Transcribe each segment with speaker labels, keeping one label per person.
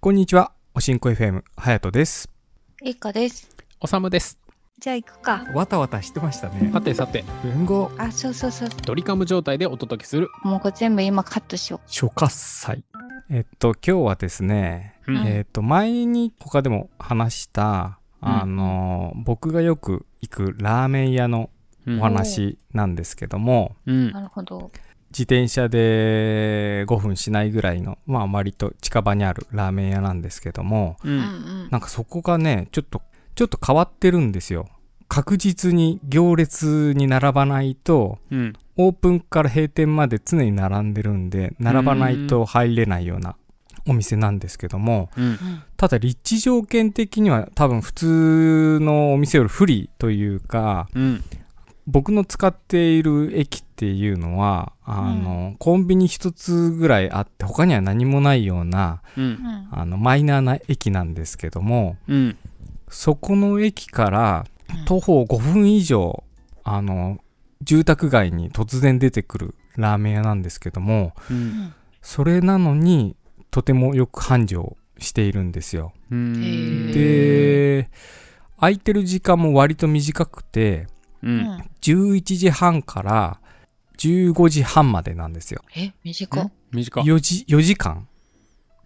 Speaker 1: こんにちは。おしんこ FM、はやとです。
Speaker 2: いいかです。
Speaker 3: おさむです。
Speaker 2: じゃあ行くか。
Speaker 1: わたわたしてましたね
Speaker 3: さてさて、
Speaker 1: 文豪、
Speaker 2: あ、そうそうそう。
Speaker 3: ドリカム状態でお届けする
Speaker 2: もうこれ全部今カットしよ
Speaker 3: 初喝祭。
Speaker 1: えっと、今日はですね、
Speaker 3: うん
Speaker 1: えっと、前に他でも話した、
Speaker 3: うん
Speaker 1: あの、僕がよく行くラーメン屋のお話なんですけども、
Speaker 3: う
Speaker 2: う。
Speaker 3: ん
Speaker 2: なるほど。
Speaker 1: 自転車で5分しないぐらいの、まあ、割と近場にあるラーメン屋なんですけども、
Speaker 3: う
Speaker 2: うん
Speaker 3: ん
Speaker 2: うん。
Speaker 1: なんかそこがね、ちょっと、ちょっと変わってるんですよ。確実に行列に並ばないと、
Speaker 3: うん
Speaker 1: オープンから閉店まで常に並んでるんで、並ばないと入れないようなお店なんですけども、
Speaker 3: うん
Speaker 1: ただ立地条件的には多分普通のお店より不利というか、
Speaker 3: うん
Speaker 1: 僕の使っている駅っていうのは、あの、コンビニ一つぐらいあって、他には何もないような、
Speaker 3: うん
Speaker 2: うん
Speaker 1: あの、マイナーな駅なんですけども、
Speaker 3: うん
Speaker 1: そこの駅から徒歩5分以上、あの、住宅街に突然出てくるラーメン屋なんですけども、
Speaker 3: う
Speaker 2: うんん
Speaker 1: それなのに、とてもよく繁盛しているんですよ。
Speaker 3: う
Speaker 2: へ
Speaker 3: ん
Speaker 2: ー
Speaker 1: で、空いてる時間も割と短くて、
Speaker 3: う
Speaker 2: うんん
Speaker 1: 11時半から15時半までなんですよ。
Speaker 2: え、短っ。
Speaker 3: 短っ
Speaker 1: 4時、4時間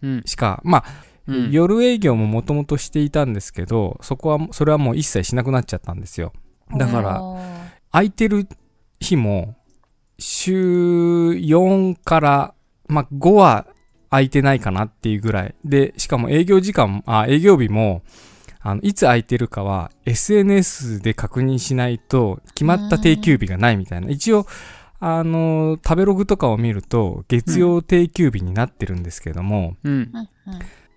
Speaker 3: うん
Speaker 1: しか、まあ、
Speaker 3: うん
Speaker 1: 夜営業ももともとしていたんですけど、そこは、それはもう一切しなくなっちゃったんですよ。だから
Speaker 2: おー、
Speaker 1: 空いてる日も、週4から、まあ、5は空いてないかなっていうぐらい。で、しかも営業時間も、あ、営業日も、あの、いつ空いてるかは SNS で確認しないと決まった定休日がないみたいな。一応、あの、食べログとかを見ると、月曜定休日になってるんですけども、
Speaker 3: うん
Speaker 2: うんうん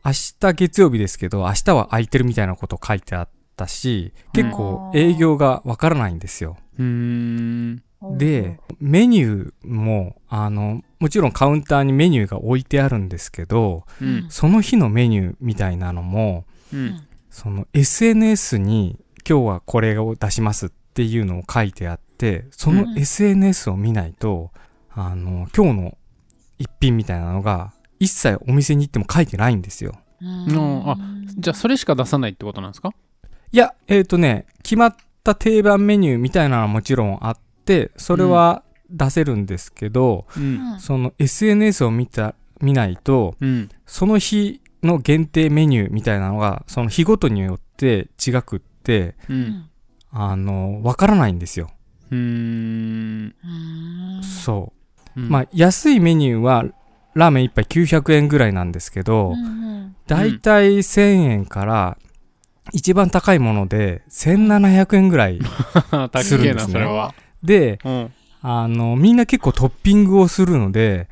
Speaker 1: 明日月曜日ですけど、明日は空いてるみたいなこと書いてあったし、結構営業がわからないんですよ。
Speaker 3: うん
Speaker 2: おー
Speaker 1: で、メニューも、あの、もちろんカウンターにメニューが置いてあるんですけど、
Speaker 3: うん
Speaker 1: その日のメニューみたいなのも、
Speaker 3: うん
Speaker 1: その SNS に今日はこれを出しますっていうのを書いてあって、その
Speaker 2: うん
Speaker 1: SNS を見ないと、あの、今日の一品みたいなのが、一切お店に行っても書いてないんですよ。
Speaker 2: うん
Speaker 3: のあじゃあそれしか出さないってことなんですか
Speaker 1: いや、えっ、とね、決まった定番メニューみたいなのはもちろんあって、それは出せるんですけど、
Speaker 3: うん
Speaker 1: その SNS を見た、見ないと、
Speaker 3: うん
Speaker 1: その日の限定メニューみたいなのが、その日ごとによって違くって、
Speaker 2: う
Speaker 3: う
Speaker 2: んん
Speaker 1: あの、わからないんですよ。
Speaker 3: うん
Speaker 2: うん
Speaker 1: そ
Speaker 3: うん
Speaker 1: う。まあ、安いメニューは、ラーメン一杯900円ぐらいなんですけど、
Speaker 2: うん
Speaker 1: だいたい1000円から、一番高いもので1700円ぐらい
Speaker 3: 高
Speaker 1: する
Speaker 3: え
Speaker 1: んです
Speaker 3: な
Speaker 1: ね
Speaker 3: それは
Speaker 1: で、
Speaker 3: うん
Speaker 1: あの、みんな結構トッピングをするので、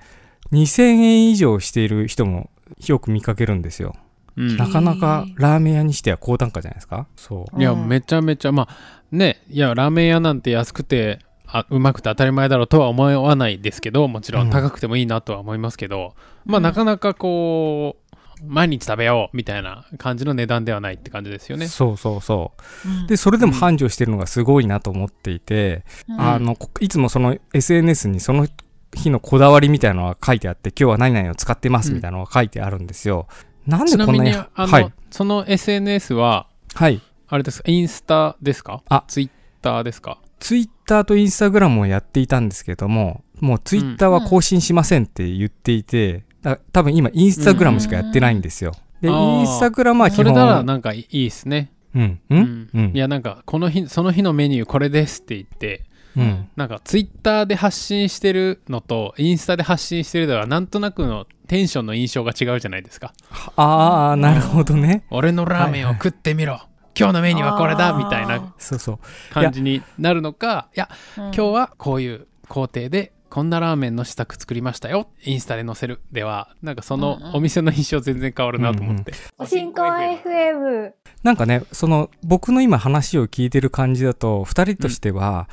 Speaker 1: 2000円以上している人もよく見かけるんですよ。
Speaker 3: うん
Speaker 1: なかなか
Speaker 2: へー
Speaker 1: ラーメン屋にしては高単価じゃないですかそ
Speaker 2: うん
Speaker 3: いやめちゃめちゃまあねいやラーメン屋なんて安くてあうまくて当たり前だろうとは思わないですけどもちろ
Speaker 1: うん
Speaker 3: ん高くてもいいなとは思いますけど、ま
Speaker 2: う
Speaker 3: あ
Speaker 2: ん
Speaker 3: なかなかこう毎日食べようみたいな感じの値段ではないって感じですよ
Speaker 1: う、
Speaker 3: ね。
Speaker 1: そうそうそう
Speaker 2: うん
Speaker 1: でそれでも繁盛してるのがすごいなと思っていて、
Speaker 2: うん
Speaker 1: あのこいつもその SNS にその日のこだわりみたいなのが書いてあって今日は何々を使ってますみたいなのが書いてあるんですよ、なんで
Speaker 3: ちな
Speaker 1: こん
Speaker 3: み
Speaker 1: なに
Speaker 3: にあの、
Speaker 1: はい
Speaker 3: その SNS は
Speaker 1: はい
Speaker 3: あれですかインスタですか
Speaker 1: あ
Speaker 3: ツイッターですか
Speaker 1: Twitter と Instagram をやっていたんですけどももう Twitter は更新しませんって言っていて、だ多分今 Instagram しかやってないんですよ、で
Speaker 3: あー
Speaker 1: Instagram は基
Speaker 3: そ
Speaker 1: 本
Speaker 3: れならなんかいいですね。
Speaker 1: うんう
Speaker 3: うん
Speaker 1: うん
Speaker 3: いやなんかこの日その日のメニューこれですって言って
Speaker 1: うん
Speaker 3: なんかツイッターで発信してるのとインスタで発信してるではなんとなくのテンションの印象が違うじゃないですか
Speaker 1: ああなるほどね
Speaker 3: 俺のラーメンを食ってみろ、今日のメニューはこれだ
Speaker 2: あー
Speaker 3: みたいな
Speaker 1: そうそう
Speaker 3: 感じになるのかいや
Speaker 2: うん
Speaker 3: 今日はこういう工程でこんなラーメンの試作作りましたよインスタで載せるではなんかそ
Speaker 2: うんうん
Speaker 3: のお店の印象全然変わるなと思って、
Speaker 4: おしんこ FM。
Speaker 1: なんかね、その僕の今話を聞いてる感じだと、二人としては、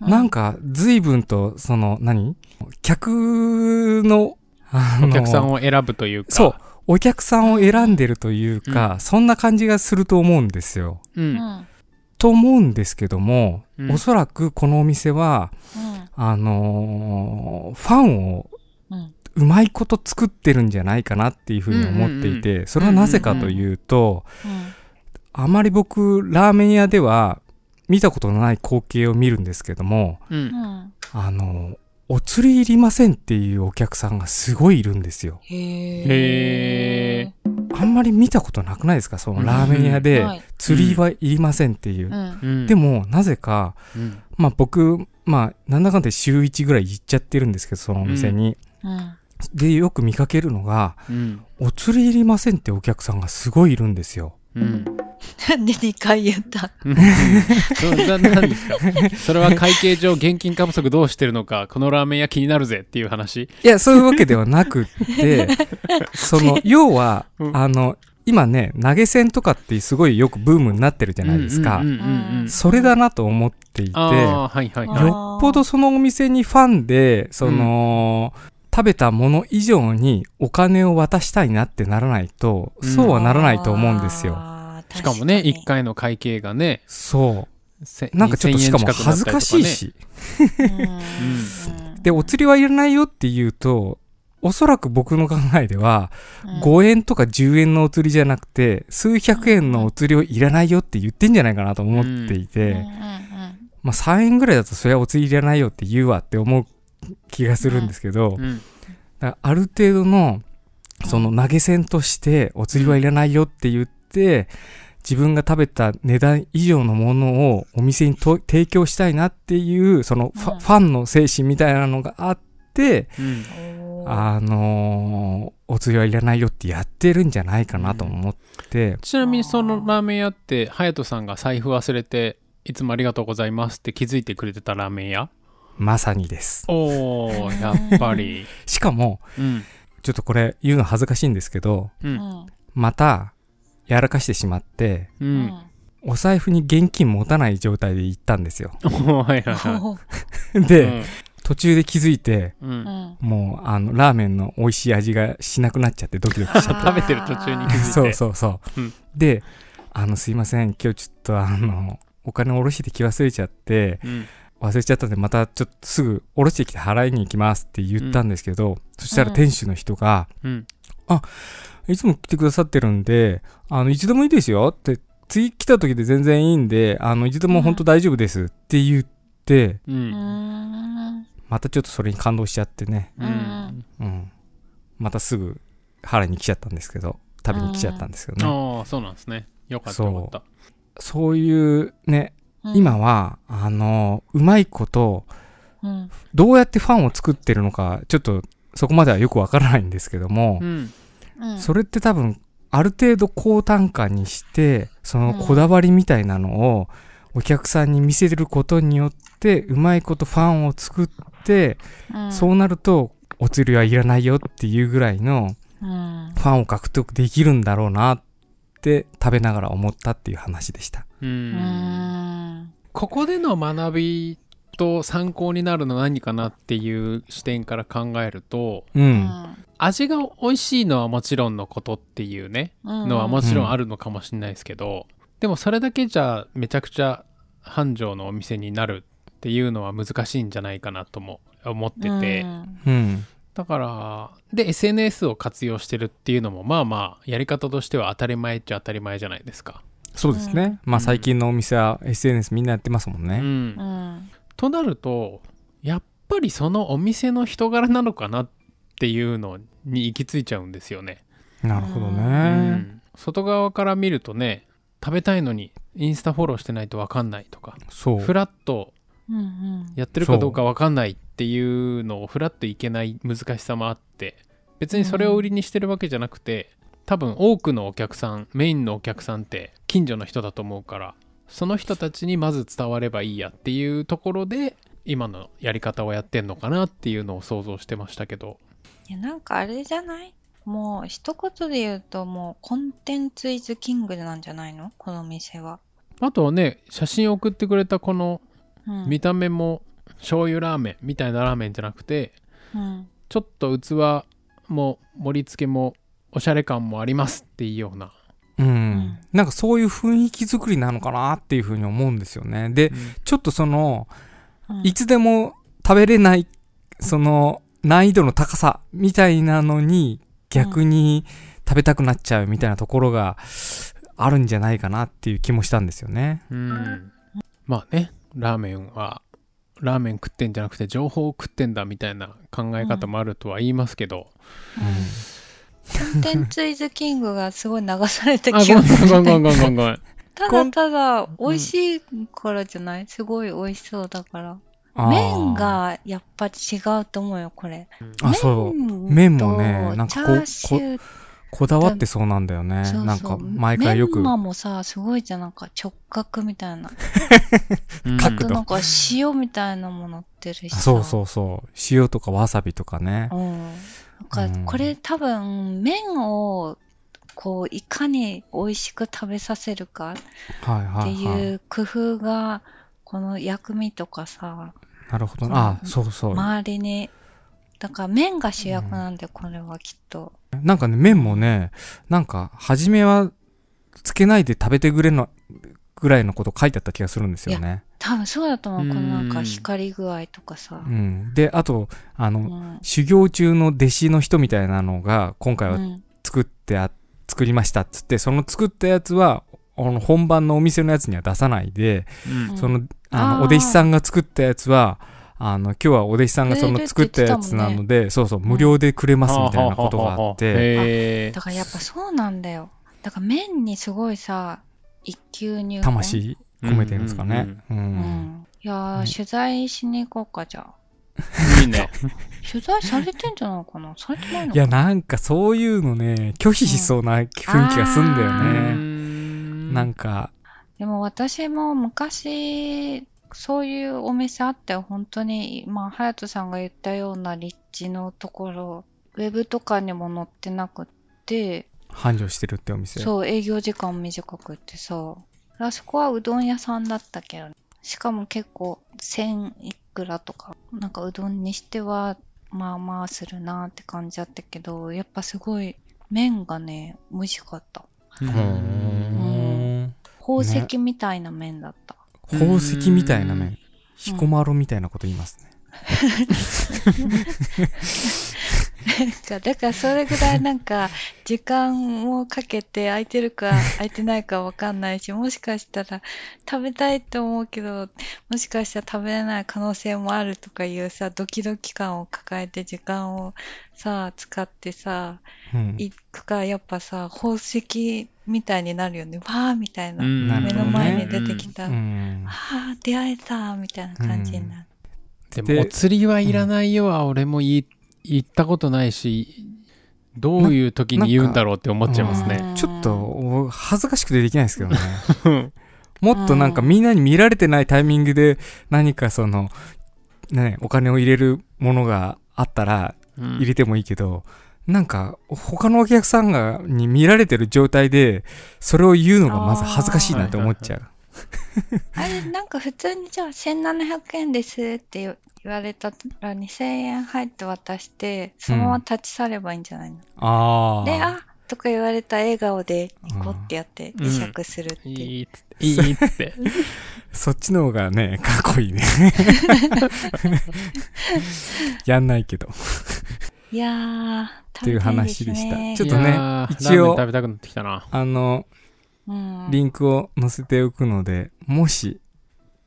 Speaker 1: なんか随分と、その何、客の、あの
Speaker 3: お客さんを選ぶというか
Speaker 1: そう、お客さんを選んでるというか、そんな感じがすると思うんですよ。
Speaker 3: う、
Speaker 2: うんん
Speaker 1: と思うんですけども、
Speaker 3: うん
Speaker 1: おそらくこのお店は、
Speaker 2: うん
Speaker 1: あのーファンを
Speaker 2: うん
Speaker 1: うまいこと作ってるんじゃないかなっていうふうに思っていて、それはなぜかというと、あまり僕ラーメン屋では見たことのない光景を見るんですけども
Speaker 3: う。
Speaker 2: うんん。
Speaker 1: あのお釣りいりませんっていうお客さんがすごいいるんですよ
Speaker 2: へ
Speaker 3: へ
Speaker 2: え。
Speaker 1: あんまり見たことなくないですかそのラーメン屋で
Speaker 2: はい
Speaker 1: 釣りはいりませんっていう、
Speaker 2: うん。
Speaker 3: うん。
Speaker 1: で、もなぜか
Speaker 3: うん。
Speaker 1: まあ僕まあなんだかんだ週1ぐらい行っちゃってるんですけどそのお店に、
Speaker 2: うん。
Speaker 1: でよく見かけるのが
Speaker 3: うん。
Speaker 1: お釣りいりませんってお客さんがすごいいるんですよ
Speaker 3: うん。
Speaker 2: なんで2回言った
Speaker 3: それななんですか それは会計上現金過不足どうしてるのかこのラーメン屋気になるぜっていう話
Speaker 1: いや、そういうわけではなく って、その、要は、
Speaker 3: うん
Speaker 1: あの、今ね、投げ銭とかってすごいよくブームになってるじゃないですか。
Speaker 3: うんうんうんうんうん
Speaker 1: それだなと思っていて、
Speaker 3: ああはいはいはい
Speaker 1: よっぽどそのお店にファンで、その、食べたもの以上にお金を渡したいなってならないと、
Speaker 3: うん
Speaker 1: そうはならないと思うんですよ。
Speaker 2: あー。
Speaker 3: しかもね
Speaker 2: 確
Speaker 3: 1回の会計がね
Speaker 1: そ
Speaker 3: せ
Speaker 1: う。なんかちょっと
Speaker 3: 2000
Speaker 1: しかも
Speaker 3: 円近くな
Speaker 1: 恥ず
Speaker 3: ったりとね
Speaker 1: かしいし。
Speaker 2: かに。うん
Speaker 1: で、お釣りはいらないよって言うと、おそらく僕の考えでは、
Speaker 2: うん
Speaker 1: 5円とか10円のお釣りじゃなくて数百円のお釣りをいらないよって言ってんじゃないかなと思っていて、
Speaker 2: うんうんうん
Speaker 1: まあ3円ぐらいだとそれはお釣りいらないよって言うわって思う気がするんですけど、
Speaker 3: うん
Speaker 1: だからある程度のその投げ銭としてお釣りはいらないよって言って自分が食べた値段以上のものをお店にと提供したいなっていうそのファ,、
Speaker 2: うん
Speaker 1: ファンの精神みたいなのがあって
Speaker 3: うん
Speaker 2: おー
Speaker 1: あのーお釣りはいらないよってやってるんじゃないかなと思って、
Speaker 3: ちなみにそのラーメン屋って隼人さんが財布忘れていつもありがとうございますって気づいてくれてたラーメン屋
Speaker 1: まさにです。
Speaker 3: おおやっぱり
Speaker 1: しかも、
Speaker 3: うん
Speaker 1: ちょっとこれ言うの恥ずかしいんですけど、
Speaker 3: う
Speaker 2: うんん
Speaker 1: また、やらかしてしまって、
Speaker 3: う
Speaker 2: うんん
Speaker 1: お財布に現金持たない状態で行ったんですよ。
Speaker 3: おーはいはいは
Speaker 2: おー
Speaker 3: い
Speaker 1: で、
Speaker 3: う
Speaker 1: 途中で気づいて、
Speaker 3: んうん
Speaker 2: うん
Speaker 1: もう、あの、ラーメンの美味しい味がしなくなっちゃってドキドキしちゃっ
Speaker 3: 食べてる途中 に気
Speaker 1: た。
Speaker 3: づいて
Speaker 1: そうそうそう。
Speaker 3: うん
Speaker 1: で、あの、すいません、今日ちょっとあの、お金下ろしてき忘れちゃって、
Speaker 3: うん
Speaker 1: 忘れちゃったんで、またちょっとすぐ下ろしてきて払いに行きますって言ったんですけど、そしたら店主の人が、
Speaker 3: うん
Speaker 1: いつも来てくださってるんで、あの、一度もいいですよって、次来た時で全然いいんで、あの、一度も本当大丈夫ですって言って、
Speaker 3: う
Speaker 2: うんん
Speaker 1: またちょっとそれに感動しちゃってね、
Speaker 3: う
Speaker 2: うんん
Speaker 1: うん。またすぐ払いに来ちゃったんですけど、食べに来ちゃったんですけどね。
Speaker 3: ああそうなんですねよかったよかった
Speaker 1: そういうね、
Speaker 2: うん
Speaker 1: 今は、あの、うまいこと、
Speaker 2: うん
Speaker 1: どうやってファンを作ってるのか、ちょっとそこまではよくわからないんですけども、
Speaker 3: うん
Speaker 2: うん
Speaker 1: それって多分ある程度高単価にしてそのこだわりみたいなのをお客さんに見せることによってうまいことファンを作って、
Speaker 2: うん
Speaker 1: そうなるとお釣りはいらないよっていうぐらいの
Speaker 2: うん
Speaker 1: ファンを獲得できるんだろうなって食べながら思ったっていう話でした。
Speaker 3: う
Speaker 2: うんん
Speaker 3: ここでの学びと参考になるの何かなっていう視点から考えると
Speaker 1: う。
Speaker 2: うんん
Speaker 3: 味が美味しいのはもちろんのことっていうねのはもちろんあるのかもしれないですけど、でもそれだけじゃめちゃくちゃ繁盛のお店になるっていうのは難しいんじゃないかなとも思ってて、
Speaker 2: うん
Speaker 1: うん。
Speaker 3: だからで SNS を活用してるっていうのもまあまあやり方としては当たり前っちゃ当たり前じゃないですか。
Speaker 1: そうですね。まあ最近のお店は SNS みんなやってますもん
Speaker 3: う
Speaker 1: ね。
Speaker 3: ん
Speaker 2: うん
Speaker 3: となるとやっぱりそのお店の人柄なのかなっていうのに行き着いちゃうんですよね、
Speaker 1: なるほど
Speaker 3: う
Speaker 1: ね。
Speaker 3: ん外側から見るとね食べたいのにインスタフォローしてないと分かんないとか
Speaker 1: そう。
Speaker 3: フラッと
Speaker 2: うんうん
Speaker 3: やってるかどうか分かんないっていうのをフラッといけない難しさもあって別にそれを売りにしてるわけじゃなくて多分多くのお客さんメインのお客さんって近所の人だと思うからその人たちにまず伝わればいいやっていうところで今のやり方をやってんのかなっていうのを想像してましたけど
Speaker 2: いやなんかあれじゃないもう一言で言うともうコンテンツイズキングなんじゃないのこの店は。
Speaker 3: あとはね写真送ってくれたこの
Speaker 2: うん
Speaker 3: 見た目も醤油ラーメンみたいなラーメンじゃなくて
Speaker 2: うん
Speaker 3: ちょっと器も盛り付けもおしゃれ感もありますっていうような
Speaker 1: うん
Speaker 2: ん
Speaker 1: なんかそういう雰囲気作りなのかなっていうふうに思うんですよね。で、ちょっとその、
Speaker 2: うん
Speaker 1: いつでも食べれない、その、難易度の高さみたいなのに逆に食べたくなっちゃうみたいなところがあるんじゃないかなっていう気もしたんですよね。
Speaker 3: うんまあねラーメンはラーメン食ってんじゃなくて情報を食ってんだみたいな考え方もあるとは言いますけど、
Speaker 2: コンテンツイズキングがすごい流された
Speaker 3: あ
Speaker 2: 気
Speaker 3: ご
Speaker 2: が
Speaker 3: めん
Speaker 2: す
Speaker 3: ごめ
Speaker 2: る。
Speaker 3: んごめんごめんごめんごめん
Speaker 2: ただただ美味しいからじゃないすごい美味しそうだから。
Speaker 1: あー
Speaker 2: 麺がやっぱ違うと思うよ、これ。
Speaker 1: あそう
Speaker 2: う
Speaker 1: 麺もねなん
Speaker 2: チ
Speaker 1: か
Speaker 2: ャ
Speaker 1: こう
Speaker 2: ーシュー
Speaker 1: こだわってそうなんだよね。
Speaker 2: そう
Speaker 1: なん
Speaker 2: そ
Speaker 1: か
Speaker 2: う。
Speaker 1: 毎回よ
Speaker 2: メ
Speaker 1: く
Speaker 2: ンマもさ、すごいじゃん、なんか直角みた いな。
Speaker 3: うん
Speaker 2: あとなんか塩みたいなのも乗ってるし
Speaker 1: あ
Speaker 2: さ。
Speaker 1: そうそうそう塩とかわさびとかね。
Speaker 2: うん。な
Speaker 1: うん
Speaker 2: か
Speaker 1: ん
Speaker 2: これ多分麺をこういかに美味しく食べさせるか
Speaker 1: はい
Speaker 2: っ
Speaker 1: は
Speaker 2: て
Speaker 1: いはいい。
Speaker 2: う工夫がこの薬味とかさ
Speaker 1: なるほどな。あそうそう。
Speaker 2: 周りにだから麺が主役なんでこれはきっと
Speaker 1: なんかね、麺もね、なんか、初めは、つけないで食べてくれの、ぐらいのこと書いてあった気がするんですよね。
Speaker 2: 多分そうだと思
Speaker 3: うん
Speaker 2: うこのなんか光り具合とかさ
Speaker 1: う、ん。で、あと、あの、
Speaker 2: うん
Speaker 1: 修行中の弟子の人みたいなのが、今回
Speaker 2: う
Speaker 1: は
Speaker 2: ん
Speaker 1: 作ってあ、作りましたっつって、その作ったやつは、あの本番のお店のやつには出さないで、
Speaker 3: うん
Speaker 1: その、あの、お
Speaker 2: あー
Speaker 1: 弟子さんが作ったやつは、あの、今日はお弟子さんがそ
Speaker 2: くれる
Speaker 1: の
Speaker 2: って
Speaker 1: 作ったやつなので、そうそう、無料でくれますみたいなことがあって、
Speaker 3: へー
Speaker 2: だからやっぱそうなんだよだから麺にすごいさ一級入魂
Speaker 1: 魂込めてるんですかね。うん
Speaker 2: うんいやー、
Speaker 1: ね
Speaker 2: 取材しに行こうかじゃあ
Speaker 3: いいね
Speaker 2: 取材されてんじゃないかなされてないの
Speaker 1: い
Speaker 2: か
Speaker 1: や
Speaker 2: な
Speaker 1: なんかそういうのね拒否しそうな雰囲気がすんだ
Speaker 2: う
Speaker 1: よね、な
Speaker 3: な
Speaker 1: んか
Speaker 2: でも私も昔そういうお店あったよ本当にまあ隼人さんが言ったような立地のところウェブとかにも載ってなくって
Speaker 1: 繁盛してるってお店う
Speaker 2: そう営業時間短くってさあそこはうどん屋さんだったけどしかも結構1000いくらとかなんかうどんにしてはまあまあするなって感じだったけどやっぱすごい麺がね美味しかった
Speaker 1: ん
Speaker 2: 宝石みたいな麺だった、
Speaker 1: 宝石みたいな
Speaker 3: う
Speaker 1: ね
Speaker 3: ん
Speaker 1: 彦摩呂みたいなこと言いますね、
Speaker 2: なんかだからそれぐらいなんか時間をかけて空いてるか空いてないかわかんないしもしかしたら食べたいと思うけどもしかしたら食べれない可能性もあるとかいうさドキドキ感を抱えて時間をさ使ってさ
Speaker 1: うん
Speaker 2: 行くかやっぱさ宝石みたいになるよねわーみたいな、
Speaker 3: うん
Speaker 1: なる
Speaker 2: 目
Speaker 1: ほどね
Speaker 2: の前に出てきた、
Speaker 1: う
Speaker 2: あ
Speaker 1: ん
Speaker 2: あー出会えたみたいな感じになる、
Speaker 3: で
Speaker 1: で
Speaker 3: もお釣りはいらないよは俺も言い言ったことないしどういう時に言うんだろうって思っちゃいますね。
Speaker 2: うん
Speaker 1: ちょっと恥ずかしくてできないですけどね
Speaker 3: うん
Speaker 1: もっとなんかみんなに見られてないタイミングで何かそのねお金を入れるものがあったら入れてもいいけど、なんか他のお客さんがに見られてる状態でそれを言うのがまず恥ずかしいなと思っちゃう。
Speaker 2: あれ、なんか普通にじゃあ1700円ですって言言われたら2000円入って渡して、そのまま立ち去ればいいんじゃないの、
Speaker 1: あ
Speaker 2: で、あとか言われた笑顔でニコってやって
Speaker 3: うん
Speaker 2: 会釈するっていう。
Speaker 3: いいっつっていいっつって
Speaker 1: そっちの方がねかっこ いいね。やんないけど。
Speaker 2: いやー、
Speaker 1: っ
Speaker 2: 食
Speaker 1: ていう
Speaker 2: べたいで
Speaker 1: 話
Speaker 2: す
Speaker 1: でした
Speaker 2: ね
Speaker 1: ちょっ
Speaker 3: い
Speaker 1: とね
Speaker 3: やー
Speaker 1: 一応
Speaker 3: ラーメン食べたくなってきたな。
Speaker 1: あの
Speaker 2: うん、
Speaker 1: リンクを載せておくのでもし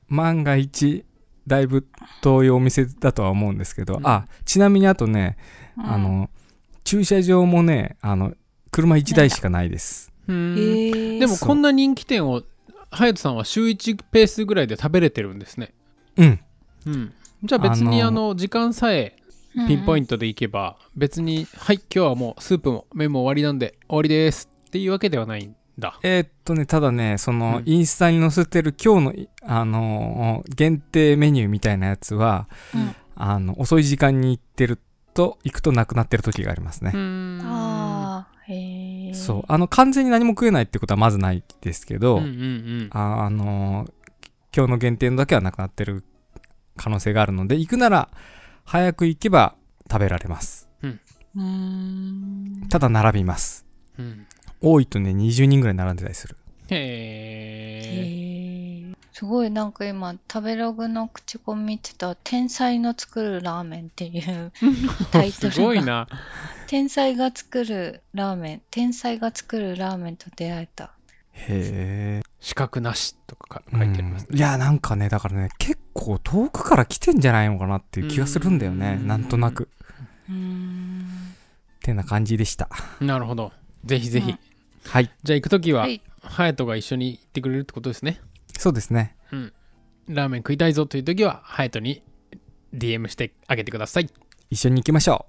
Speaker 1: 万が一だいぶ遠いお店だとは思うんですけど、
Speaker 3: うん
Speaker 1: あちなみにあとね、
Speaker 2: うん
Speaker 1: あ、の駐車場もねあの車1台しかないです。
Speaker 2: へ
Speaker 3: で
Speaker 2: ー
Speaker 3: もこんな人気店を隼人さんは週1ペースぐらいで食べれてるんですね。
Speaker 1: うん
Speaker 3: うんじゃあ別に
Speaker 1: あの
Speaker 3: あの時間さえピンポイントでいけば別に「はい今日はもうスープも麺も終わりなんで終わりです」っていうわけではないんだ。
Speaker 1: えーっとね、ただね、その、
Speaker 3: うん
Speaker 1: インスタに載せてる今日のい、あのー限定メニューみたいなやつは、
Speaker 2: うん
Speaker 1: あの、遅い時間に行ってると、行くとなくなってる時がありますね。
Speaker 2: うん。
Speaker 3: あ
Speaker 2: あー、へー
Speaker 1: そう。あの、完全に何も食えないってことはまずないですけど、
Speaker 3: うんうんうん
Speaker 1: ああのー今日の限定のだけはなくなってる可能性があるので、行くなら、早く行けば食べられます。
Speaker 2: うーん。
Speaker 1: ただ並びます。
Speaker 3: うん
Speaker 1: 多いとね、20人ぐらい並んでたりする。
Speaker 3: へ
Speaker 2: へ
Speaker 3: え
Speaker 2: ーすごいなんか今食べログの口コミ見てた「天才の作るラーメン」っていうタイトルが
Speaker 3: すごいな。
Speaker 2: 天才が作るラーメン天才が作るラーメンと出会えた
Speaker 1: へえ。
Speaker 3: 資格なしとか
Speaker 1: う
Speaker 3: 書
Speaker 1: ん
Speaker 3: いてあります、
Speaker 1: いや、なんかね、だからね、結構遠くから来てんじゃないのかなっていう気がするんだよね。
Speaker 3: うん
Speaker 1: なんとなく。
Speaker 2: うーん
Speaker 1: ってな感じでした。
Speaker 3: なるほど。ぜひぜひ。
Speaker 2: うん
Speaker 1: はい。
Speaker 3: じゃあ行くときは、
Speaker 2: はい
Speaker 3: 隼人が一緒に行ってくれるってことですね。
Speaker 1: そうですね。
Speaker 3: ラーメン食いたいぞというときは、隼人に DM してあげてください。
Speaker 1: 一緒に行きましょう。